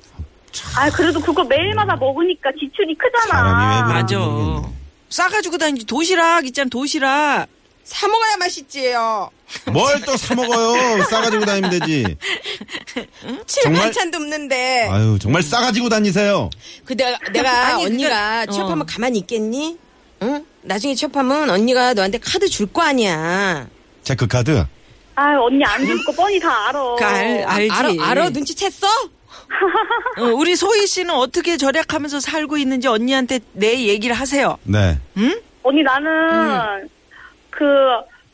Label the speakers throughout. Speaker 1: 아, 그래도 그거 매일마다 먹으니까 지출이 크잖아.
Speaker 2: 사람이 왜 그래?
Speaker 3: 맞아.
Speaker 2: 모르겠네.
Speaker 3: 싸가지고 다니지 도시락 있잖아 도시락.
Speaker 4: 사 먹어야 맛있지요
Speaker 2: 뭘 또 사 먹어요? 싸가지고 다니면 되지.
Speaker 4: 칠
Speaker 2: 정말?
Speaker 4: 반찬도
Speaker 3: 네.
Speaker 4: 없는데
Speaker 2: 아유, 정말 싸가지고 다니세요.
Speaker 4: 그 내가, 내가
Speaker 3: 아니,
Speaker 4: 언니가
Speaker 3: 그게-
Speaker 4: 취업하면
Speaker 3: 어.
Speaker 4: 가만히 있겠니? 응? 나중에 취업하면 언니가 너한테 카드 줄 거 아니야.
Speaker 2: 그 체크카드.
Speaker 1: 아, 언니 안 줄 거 뻔히 다 어, 알아.
Speaker 3: 그 알, 알지.
Speaker 4: 알아, 알아? 눈치챘어?
Speaker 3: 어, 우리 소희 씨는 어떻게 절약하면서 살고 있는지 언니한테 내 얘기를 하세요.
Speaker 2: 네.
Speaker 1: 언니 나는
Speaker 4: 음.
Speaker 1: 그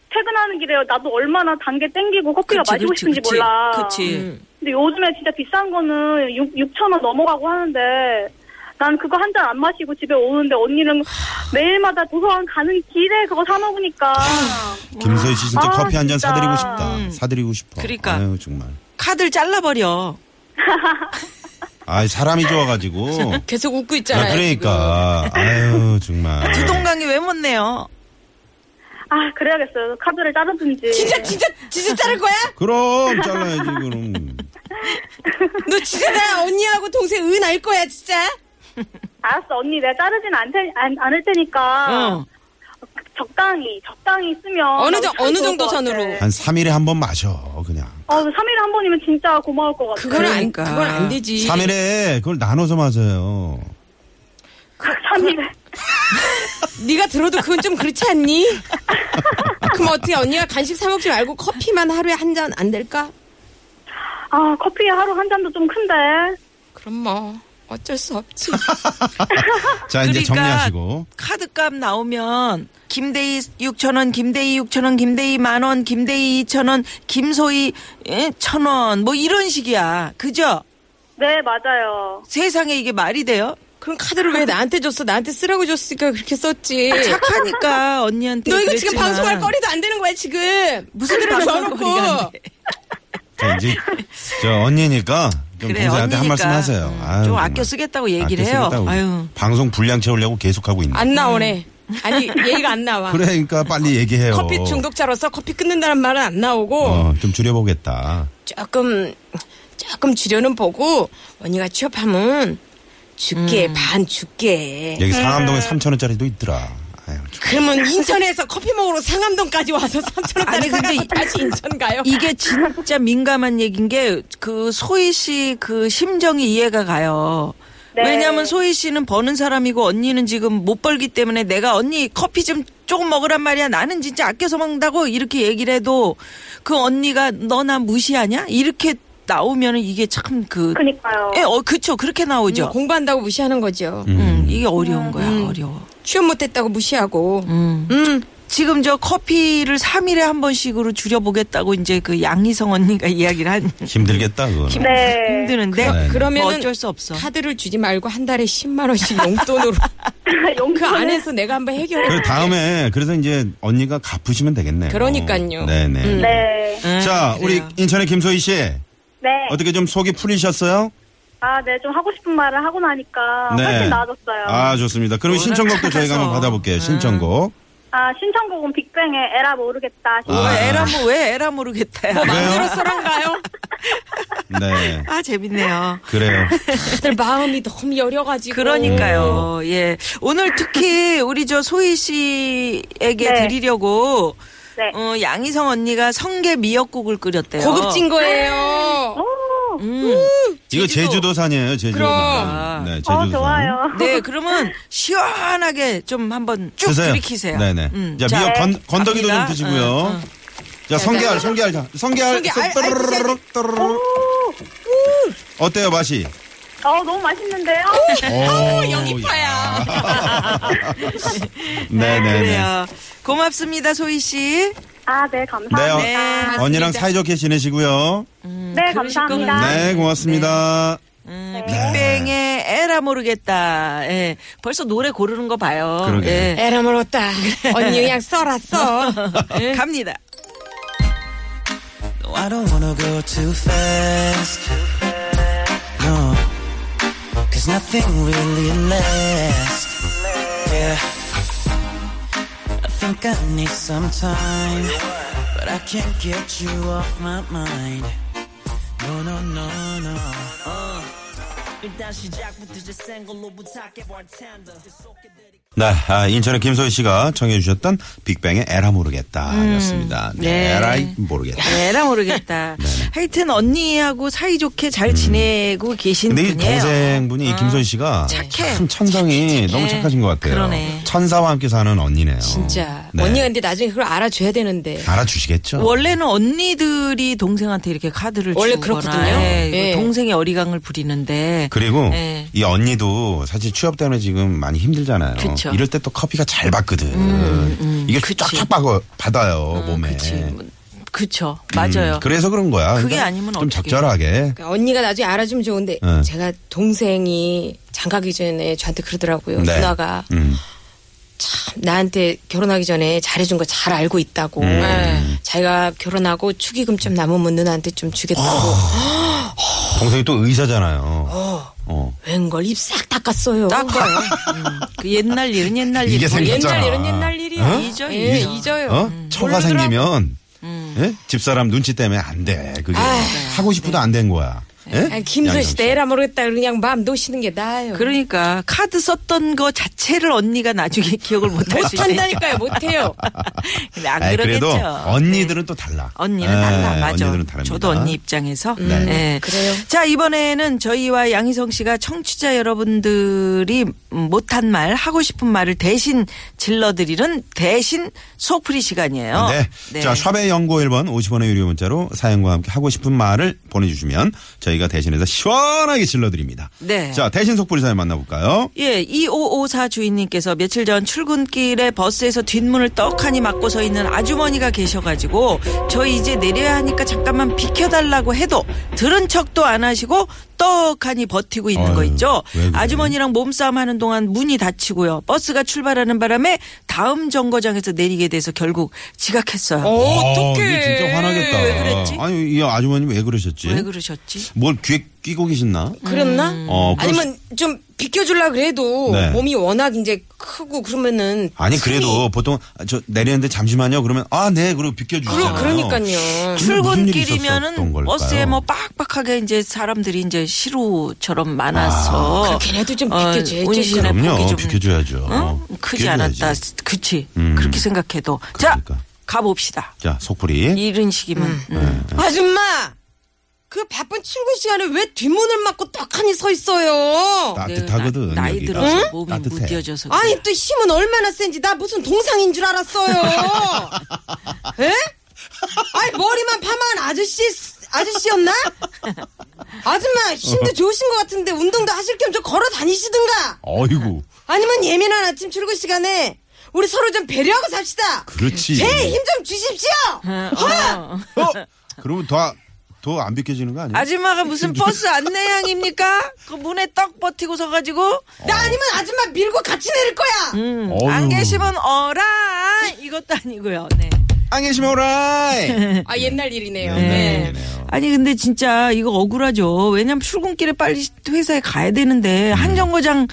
Speaker 1: 퇴근하는 길에 나도 얼마나 단 게 땡기고 커피가
Speaker 3: 그치,
Speaker 1: 마시고
Speaker 3: 그치,
Speaker 1: 싶은지
Speaker 3: 그치.
Speaker 1: 몰라.
Speaker 3: 그치.
Speaker 1: 근데 요즘에 진짜 비싼 거는 6, 6천 원 넘어가고 하는데 난 그거 한 잔 안 마시고 집에 오는데 언니는 매일마다 도서관 가는 길에 그거 사 먹으니까
Speaker 2: 김소희 씨 진짜
Speaker 1: 아,
Speaker 2: 커피 한 잔
Speaker 1: 진짜.
Speaker 2: 사드리고 싶다. 사드리고
Speaker 3: 음.
Speaker 2: 싶어.
Speaker 3: 그러니까.
Speaker 2: 아유, 정말.
Speaker 3: 카드를 잘라버려.
Speaker 1: 음.
Speaker 2: 아 사람이 좋아가지고.
Speaker 4: 계속 웃고
Speaker 2: 아,
Speaker 4: 있잖아요.
Speaker 2: 그러니까. 아유, 정말.
Speaker 3: 두 동강이 왜 못 내요?
Speaker 1: 아 그래야겠어요 카드를
Speaker 4: 지금.
Speaker 1: 자르든지
Speaker 4: 진짜, 진짜, 진짜 자를 거야?
Speaker 2: 그럼, 잘라야지, 그럼.
Speaker 4: 너 진짜 나 언니하고 동생 은 알 거야, 진짜?
Speaker 1: 알았어 언니 내가 자르진 않, 안, 않을 테니까
Speaker 3: 어.
Speaker 1: 적당히 적당히 쓰면
Speaker 4: 어느
Speaker 1: 나도
Speaker 4: 정-
Speaker 1: 참
Speaker 4: 어느
Speaker 1: 좋을 것
Speaker 4: 정도 선으로?
Speaker 1: 같아.
Speaker 2: 한 3일에 한 번 마셔, 그냥.
Speaker 1: 어, 3일에 한 번이면 진짜 고마울 것 같아.
Speaker 4: 그건 안,
Speaker 3: 그러니까.
Speaker 4: 그건 안 되지.
Speaker 2: 3일에 그걸 나눠서 마셔요.
Speaker 1: 3일에.
Speaker 4: 네가 들어도 그건 좀 그렇지 않니? 그럼 어떻게 언니가 간식 사 먹지 말고 커피만 하루에 한 잔 안 될까?
Speaker 1: 아, 커피 하루 한 잔도 좀 큰데.
Speaker 4: 그럼 뭐 어쩔 수 없지.
Speaker 2: 자, 이제
Speaker 3: 그러니까
Speaker 2: 정리하시고.
Speaker 3: 카드값 나오면 김대희 6천 원, 김대희 6천 원, 김대희 만 원, 김대희 2천 원, 김소희 예? 천 원. 뭐 이런 식이야. 그죠?
Speaker 1: 네, 맞아요.
Speaker 3: 세상에 이게 말이 돼요?
Speaker 4: 그럼 카드를 왜 나한테 줬어? 나한테 쓰라고 줬으니까 그렇게 썼지.
Speaker 3: 착하니까 언니한테
Speaker 4: 네. 너 이거 지금
Speaker 3: 아, 그랬지만
Speaker 4: 방송할 거리도 안 되는 거야 지금.
Speaker 3: 무슨
Speaker 4: 카드를
Speaker 3: 방송거리가 안
Speaker 4: 넣어놓고.
Speaker 3: 돼.
Speaker 2: 자, 이제, 저, 언니니까. 좀
Speaker 3: 그래,
Speaker 2: 동생한테
Speaker 3: 언니니까.
Speaker 2: 한
Speaker 3: 음,
Speaker 2: 말씀 하세요. 아유,
Speaker 3: 좀
Speaker 2: 정말.
Speaker 3: 아껴 쓰겠다고 얘기를 해요.
Speaker 2: 쓰겠다고.
Speaker 3: 아유.
Speaker 2: 방송 분량 채우려고 계속하고 있네.
Speaker 4: 안 나오네.
Speaker 3: 음.
Speaker 4: 아니 얘기가 안 나와.
Speaker 2: 그러니까 빨리 얘기해요.
Speaker 4: 커피 중독자로서 커피 끊는다는 말은 안 나오고
Speaker 2: 어, 좀 줄여보겠다.
Speaker 4: 조금 조금 줄여는 보고 언니가 취업하면 줄게
Speaker 3: 음.
Speaker 4: 반 줄게.
Speaker 2: 여기 상암동에 3,000원짜리도 있더라. 아유, 참.
Speaker 4: 그러면 인천에서 커피 먹으러 상암동까지 와서 3천 원짜리
Speaker 3: 아니, 근데
Speaker 4: 사가서
Speaker 3: 이-
Speaker 4: 다시 인천 가요.
Speaker 3: 이게 진짜 민감한 얘기인 게 그 소희 씨 그 심정이 이해가 가요.
Speaker 1: 네.
Speaker 3: 왜냐하면 소희 씨는 버는 사람이고 언니는 지금 못 벌기 때문에 내가 언니 커피 좀 조금 먹으란 말이야. 나는 진짜 아껴서 먹는다고 이렇게 얘기를 해도 그 언니가 너 나 무시하냐? 이렇게 나오면은 이게 참 그.
Speaker 1: 그니까요.
Speaker 3: 예, 어, 그쵸. 그렇게 나오죠.
Speaker 4: 음, 공부한다고 무시하는 거죠.
Speaker 3: 음, 이게 어려운 거야. 어려워.
Speaker 4: 취업 못했다고 무시하고. 음.
Speaker 3: 지금 저 커피를 3일에 한 번씩으로 줄여보겠다고 이제 그 양희성 언니가 이야기를 한
Speaker 2: 힘들겠다, 그거. 는
Speaker 1: 네.
Speaker 3: 힘드는데
Speaker 2: 네.
Speaker 3: 뭐
Speaker 4: 그러면은
Speaker 3: 어쩔 수 없어.
Speaker 4: 카드를 주지 말고 한 달에 10만 원씩 용돈으로 그
Speaker 1: 용돈을-
Speaker 4: 안에서 내가 한번 해결해.
Speaker 2: 그 다음에, 그래서 이제 언니가 갚으시면 되겠네요.
Speaker 4: 그러니까요.
Speaker 2: 네네.
Speaker 1: 네.
Speaker 2: 자, 우리
Speaker 3: 아, 그래요.
Speaker 2: 인천의 김소희 씨.
Speaker 1: 네.
Speaker 2: 어떻게 좀 속이 풀리셨어요?
Speaker 1: 아, 네. 좀 하고 싶은 말을 하고 나니까 아, 훨씬 나아졌어요.
Speaker 2: 네. 아, 좋습니다. 그럼
Speaker 3: 워낙
Speaker 2: 신청곡도
Speaker 3: 착해서.
Speaker 2: 저희가 한번 받아볼게요. 신청곡.
Speaker 1: 아, 신청곡은 빅뱅의 에라 모르겠다.
Speaker 3: 뭐
Speaker 2: 아.
Speaker 3: 에라 뭐 왜 에라 모르겠다. 야.
Speaker 2: 그래요?
Speaker 4: 그런가요?
Speaker 2: 네.
Speaker 3: 뭐, 아 재밌네요.
Speaker 2: 그래요.
Speaker 4: 다들 마음이 너무 여려가지고.
Speaker 3: 그러니까요.
Speaker 2: 음.
Speaker 3: 예. 오늘 특히 우리 저 소희 씨에게
Speaker 1: 네.
Speaker 3: 드리려고
Speaker 1: 네.
Speaker 3: 어, 양희성 언니가 성게 미역국을 끓였대요.
Speaker 4: 고급진 거예요.
Speaker 1: 오,
Speaker 3: 음.
Speaker 2: 이거
Speaker 3: 제주도.
Speaker 2: 제주도산이에요, 제주도산.
Speaker 4: 그럼.
Speaker 2: 네,
Speaker 1: 어,
Speaker 2: 제주도산.
Speaker 1: 좋아요.
Speaker 3: 네, 그러면 시원하게 좀 한번 쭉
Speaker 2: 드세요.
Speaker 3: 들이키세요.
Speaker 2: 네네.
Speaker 3: 음,
Speaker 2: 자, 미역 건, 건더기도 좀
Speaker 3: 갑니다.
Speaker 2: 드시고요.
Speaker 3: 어, 어.
Speaker 2: 자, 성게알, 성게알, 자, 성게알.
Speaker 4: 성게알, 알, 알
Speaker 2: 또르르르, 또르르. 어때요, 맛이?
Speaker 1: 어, 너무 맛있는데요?
Speaker 3: 아,
Speaker 2: 오,
Speaker 4: 영입파야.
Speaker 2: 네네네. 네,
Speaker 3: 그래요. 고맙습니다, 네, 소희 씨.
Speaker 1: 아, 네, 감사합니다.
Speaker 2: 네,
Speaker 3: 네.
Speaker 2: 언니랑 사이좋게 지내시고요.
Speaker 1: 네,
Speaker 3: 그러실
Speaker 1: 감사합니다.
Speaker 3: 거구나.
Speaker 2: 네, 고맙습니다.
Speaker 3: 음,
Speaker 2: 네.
Speaker 3: 빅뱅의 에라 모르겠다. 예. 벌써 노래 고르는 거 봐요.
Speaker 2: 그러게.
Speaker 3: 예.
Speaker 4: 에라 몰랐다. 언니 그냥 써라 써.
Speaker 2: 네.
Speaker 3: 갑니다.
Speaker 5: No, I don't wanna go too fast. No, cause nothing really lasts. Yeah, I think I need some time, but I can't get you off my mind. No, no, no, no. Uh. 일단 시작부터 이제 생걸로부터 깨버릴 텐데.
Speaker 2: 네, 아, 인천의 김소희 씨가 청해주셨던 빅뱅의 에라 모르겠다 였습니다. 네,
Speaker 3: 음. 네.
Speaker 2: 에라이 모르겠다.
Speaker 3: 에라 모르겠다.
Speaker 2: 네.
Speaker 3: 하여튼 언니하고 사이좋게 잘 지내고 계신
Speaker 2: 음. 근데 이
Speaker 3: 분이에요. 아,
Speaker 2: 동생분이 이 김소희 씨가
Speaker 3: 착해.
Speaker 2: 참 천성이
Speaker 3: 착해, 착해.
Speaker 2: 너무 착하신 것 같아요.
Speaker 3: 그러네.
Speaker 2: 천사와 함께 사는 언니네요.
Speaker 4: 진짜.
Speaker 2: 네.
Speaker 4: 언니가 근데 나중에 그걸 알아줘야 되는데.
Speaker 2: 알아주시겠죠?
Speaker 3: 원래는 언니들이 동생한테 이렇게 카드를
Speaker 4: 원래
Speaker 3: 주거나
Speaker 4: 그렇거든요.
Speaker 3: 예,
Speaker 4: 예.
Speaker 3: 동생이 어리광을 부리는데
Speaker 2: 그리고
Speaker 3: 예.
Speaker 2: 이 언니도 사실 취업 때문에 지금 많이 힘들잖아요.
Speaker 3: 그쵸. 음,
Speaker 2: 이럴 때 또 커피가 잘 받거든. 이게
Speaker 3: 그치.
Speaker 2: 쫙쫙 박어, 받아요 몸에.
Speaker 3: 그치. 뭐, 그쵸.
Speaker 2: 음,
Speaker 3: 맞아요.
Speaker 2: 그래서 그런 거야.
Speaker 3: 그게
Speaker 2: 그러니까
Speaker 3: 아니면
Speaker 2: 좀
Speaker 3: 어떡해.
Speaker 2: 적절하게.
Speaker 4: 그러니까 언니가 나중에 알아주면 좋은데
Speaker 2: 네.
Speaker 4: 제가 동생이 장가기 전에 저한테 그러더라고요.
Speaker 2: 네.
Speaker 4: 누나가
Speaker 2: 음.
Speaker 4: 참 나한테 결혼하기 전에 잘해준 거 잘 알고 있다고.
Speaker 2: 음.
Speaker 4: 네. 자기가 결혼하고 축의금 좀 남으면 누나한테 좀 주겠다고.
Speaker 2: 아. 동생이 또 의사잖아요. 어.
Speaker 4: 웬걸 입 싹 닦았어요.
Speaker 3: 닦아요. 음. 그 옛날 일은 옛날
Speaker 2: 이게
Speaker 3: 일이고
Speaker 2: 생겼잖아.
Speaker 4: 옛날 이런 옛날 일이야.
Speaker 2: 어?
Speaker 3: 잊어,
Speaker 4: 예,
Speaker 3: 잊어.
Speaker 4: 잊어요.
Speaker 2: 어?
Speaker 3: 음.
Speaker 2: 처가 생기면 예? 집사람 눈치 때문에 안 돼.
Speaker 3: 아,
Speaker 2: 그게 하고
Speaker 3: 네.
Speaker 2: 싶어도 안 된 거야. 예?
Speaker 4: 아니, 김소희
Speaker 2: 양정
Speaker 4: 씨
Speaker 2: 씨.
Speaker 4: 내라 모르겠다. 그냥 마음 놓으시는 게 나아요.
Speaker 3: 그러니까 카드 썼던 거 자체를 언니가 나중에 기억을 못 할 수 있으니까.
Speaker 4: 못한다니까요. 못해요.
Speaker 3: 근데 안
Speaker 2: 아이,
Speaker 3: 그러겠죠. 네.
Speaker 2: 그래도 언니들은 또 달라.
Speaker 3: 언니는
Speaker 2: 예,
Speaker 3: 달라, 맞아.
Speaker 2: 언니들은 다릅니다. 네.
Speaker 3: 저도 언니 입장에서. 예.
Speaker 4: 그래요.
Speaker 3: 자, 이번에는 저희와 양희성 씨가 청취자 여러분들이 못한 말, 하고 싶은 말을 대신 질러드리는 대신 속풀이 시간이에요.
Speaker 2: 네. 자, 샵의 연고 1번 50원의 유료 문자로 사연과 함께 하고 싶은 말을 보내주시면 저희가 대신해서 시원하게 질러드립니다.
Speaker 3: 네.
Speaker 2: 자, 대신 속보리 사연 만나볼까요?
Speaker 3: 예, 2554 주인님께서 며칠 전 출근길에 버스에서 뒷문을 떡하니 막고 서 있는 아주머니가 계셔가지고 저 이제 내려야 하니까 잠깐만 비켜달라고 해도 들은 척도 안 하시고 떡하니 버티고 있는 거
Speaker 2: 아유,
Speaker 3: 있죠.
Speaker 2: 왜 그래?
Speaker 3: 아주머니랑 몸싸움 하는 동안 문이 닫히고요. 버스가 출발하는 바람에 다음 정거장에서 내리게 돼서 결국 지각했어요.
Speaker 2: 어떡해. 아, 진짜 화나겠다.
Speaker 3: 왜 그랬지?
Speaker 2: 아니, 예? 이 아주머님 왜 그러셨지?
Speaker 3: 왜 그러셨지?
Speaker 2: 뭘 귀에 끼고 계셨나?
Speaker 4: 그랬나?
Speaker 3: 음. 뭐,
Speaker 2: 어, 그럴
Speaker 4: 아니면 좀 비켜주려 그래도
Speaker 2: 네.
Speaker 4: 몸이 워낙 이제 크고 그러면은
Speaker 2: 아니 그래도 보통 저 내리는데 잠시만요 그러면 아 네 그리고
Speaker 4: 그러,
Speaker 2: 비켜주잖아요.
Speaker 4: 그러니까요.
Speaker 2: 무슨 일이 있었던
Speaker 3: 출근길이면은
Speaker 2: 걸까요?
Speaker 3: 버스에 뭐 빡빡하게 이제 사람들이 이제 시루처럼 많아서
Speaker 4: 그렇게라도 좀 비켜줘야지.
Speaker 3: 온신의 폭이
Speaker 2: 그럼요
Speaker 3: 좀
Speaker 2: 비켜줘야죠.
Speaker 3: 응? 크지
Speaker 2: 비켜줘야지.
Speaker 3: 않았다. 그치
Speaker 2: 음.
Speaker 3: 그렇게 생각해도 자
Speaker 2: 그러니까.
Speaker 3: 가봅시다.
Speaker 2: 자 속풀이.
Speaker 3: 이런 식이면 음.
Speaker 4: 아줌마! 그 바쁜 출근 시간에 왜 뒷문을 막고 떡하니 서 있어요?
Speaker 3: 네,
Speaker 2: 따뜻하거든.
Speaker 3: 나, 이
Speaker 2: 여기가.
Speaker 3: 들어서 몸이
Speaker 2: 따뜻해.
Speaker 3: 무뎌져서 그래.
Speaker 4: 아니 또 힘은 얼마나 센지 나 무슨 동상인 줄 알았어요. 에? 아니 머리만 파마한 아저씨 아저씨였나? 아줌마 힘도 좋으신 것 같은데 운동도 하실 겸 좀 걸어 다니시든가.
Speaker 2: 어이구
Speaker 4: 아니면 예민한 아침 출근 시간에 우리 서로 좀 배려하고 삽시다.
Speaker 2: 그렇지.
Speaker 4: 제 힘 좀 주십시오. 허!
Speaker 2: 어? 그러면 더더 안 비켜지는 거 아니에요?
Speaker 3: 아줌마가 무슨 버스 안내양입니까? 그 문에 떡 버티고 서가지고
Speaker 2: 어.
Speaker 4: 나 아니면 아줌마 밀고 같이 내릴 거야.
Speaker 2: 어휴.
Speaker 3: 안 계시면 음. 어라 이것도 아니고요. 네.
Speaker 2: 안 계시면 오라이.
Speaker 4: 아 옛날 일이네요.
Speaker 2: 네.
Speaker 3: 어. 아니 근데 진짜 이거 억울하죠. 왜냐면 출근길에 빨리 회사에 가야 되는데
Speaker 2: 음.
Speaker 3: 한 정거장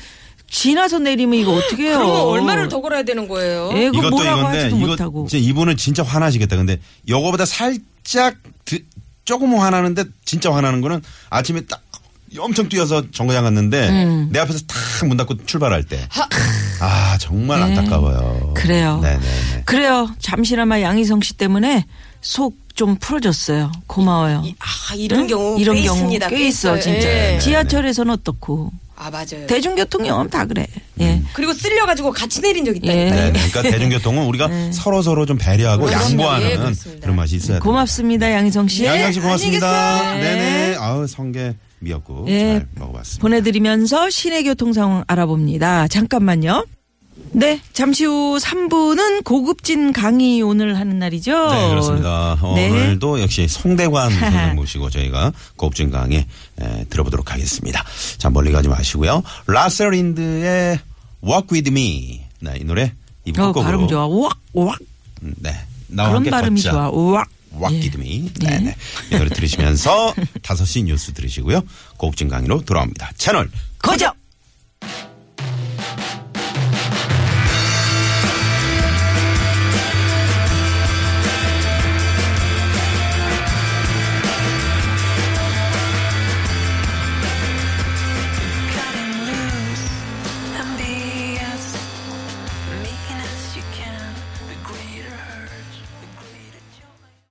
Speaker 3: 지나서 내리면 이거 어떻게 해요?
Speaker 4: 그러면 얼마를 더 걸어야 되는 거예요?
Speaker 3: 예, 그
Speaker 2: 이것도
Speaker 3: 뭐라고
Speaker 2: 이건데
Speaker 3: 하지도
Speaker 2: 이거
Speaker 3: 못하고.
Speaker 2: 진짜 이분은 진짜 화나시겠다. 근데 요거보다 살짝 드- 조금 화나는데 진짜 화나는 거는 아침에 딱 엄청 뛰어서 정거장 갔는데
Speaker 3: 음.
Speaker 2: 내 앞에서 탁 문 닫고 출발할 때. 아 정말 안타까워요.
Speaker 3: 네. 그래요.
Speaker 2: 네네네.
Speaker 3: 그래요. 잠시나마 양희성 씨 때문에 속 좀 풀어줬어요. 고마워요.
Speaker 4: 아 이런 경우
Speaker 3: 네? 이런
Speaker 4: 꽤
Speaker 3: 경우
Speaker 4: 있습니다.
Speaker 3: 꽤 있어
Speaker 4: 있어요.
Speaker 3: 진짜.
Speaker 2: 네,
Speaker 4: 예.
Speaker 3: 지하철에서는 어떻고
Speaker 4: 아 맞아요.
Speaker 3: 대중교통용은 다 그래. 예.
Speaker 2: 음.
Speaker 4: 그리고 쓸려가지고 같이 내린 적 있다.
Speaker 3: 예.
Speaker 2: 네, 네. 그러니까 대중교통은 우리가
Speaker 3: 네.
Speaker 2: 서로 서로 좀 배려하고
Speaker 4: 그렇습니다. 예,
Speaker 2: 양보하는
Speaker 4: 그렇습니다.
Speaker 2: 그런 맛이 있어야 돼요.
Speaker 3: 고맙습니다, 양희성 씨.
Speaker 2: 양양 씨 고맙습니다.
Speaker 3: 예, 안녕히 계세요.
Speaker 2: 네네. 아우 성게 미역국
Speaker 3: 예.
Speaker 2: 잘 먹어봤습니다.
Speaker 3: 보내드리면서 시내 교통 상황 알아봅니다. 잠깐만요. 네, 잠시 후 3부는 고급진 강의 오늘 하는 날이죠.
Speaker 2: 네, 그렇습니다.
Speaker 3: 어. 네.
Speaker 2: 오늘도 역시 송대관 선생님 모시고 저희가 고급진 강의 에, 들어보도록 하겠습니다. 자, 멀리 가지 마시고요. 라셀린드의 Walk With Me. 네, 이 노래 이부
Speaker 3: 어,
Speaker 2: 곡으로.
Speaker 3: 발음 좋아. 우악, 우악.
Speaker 2: 음, 네. 나와
Speaker 3: 그런
Speaker 2: 함께
Speaker 3: 발음이
Speaker 2: 걷자.
Speaker 3: 좋아. 우악.
Speaker 2: Walk
Speaker 3: 예.
Speaker 2: With Me.
Speaker 3: 예.
Speaker 2: 네, 네. 이 노래 들으시면서 5시 뉴스 들으시고요. 고급진 강의로 돌아옵니다. 채널
Speaker 3: 거죠.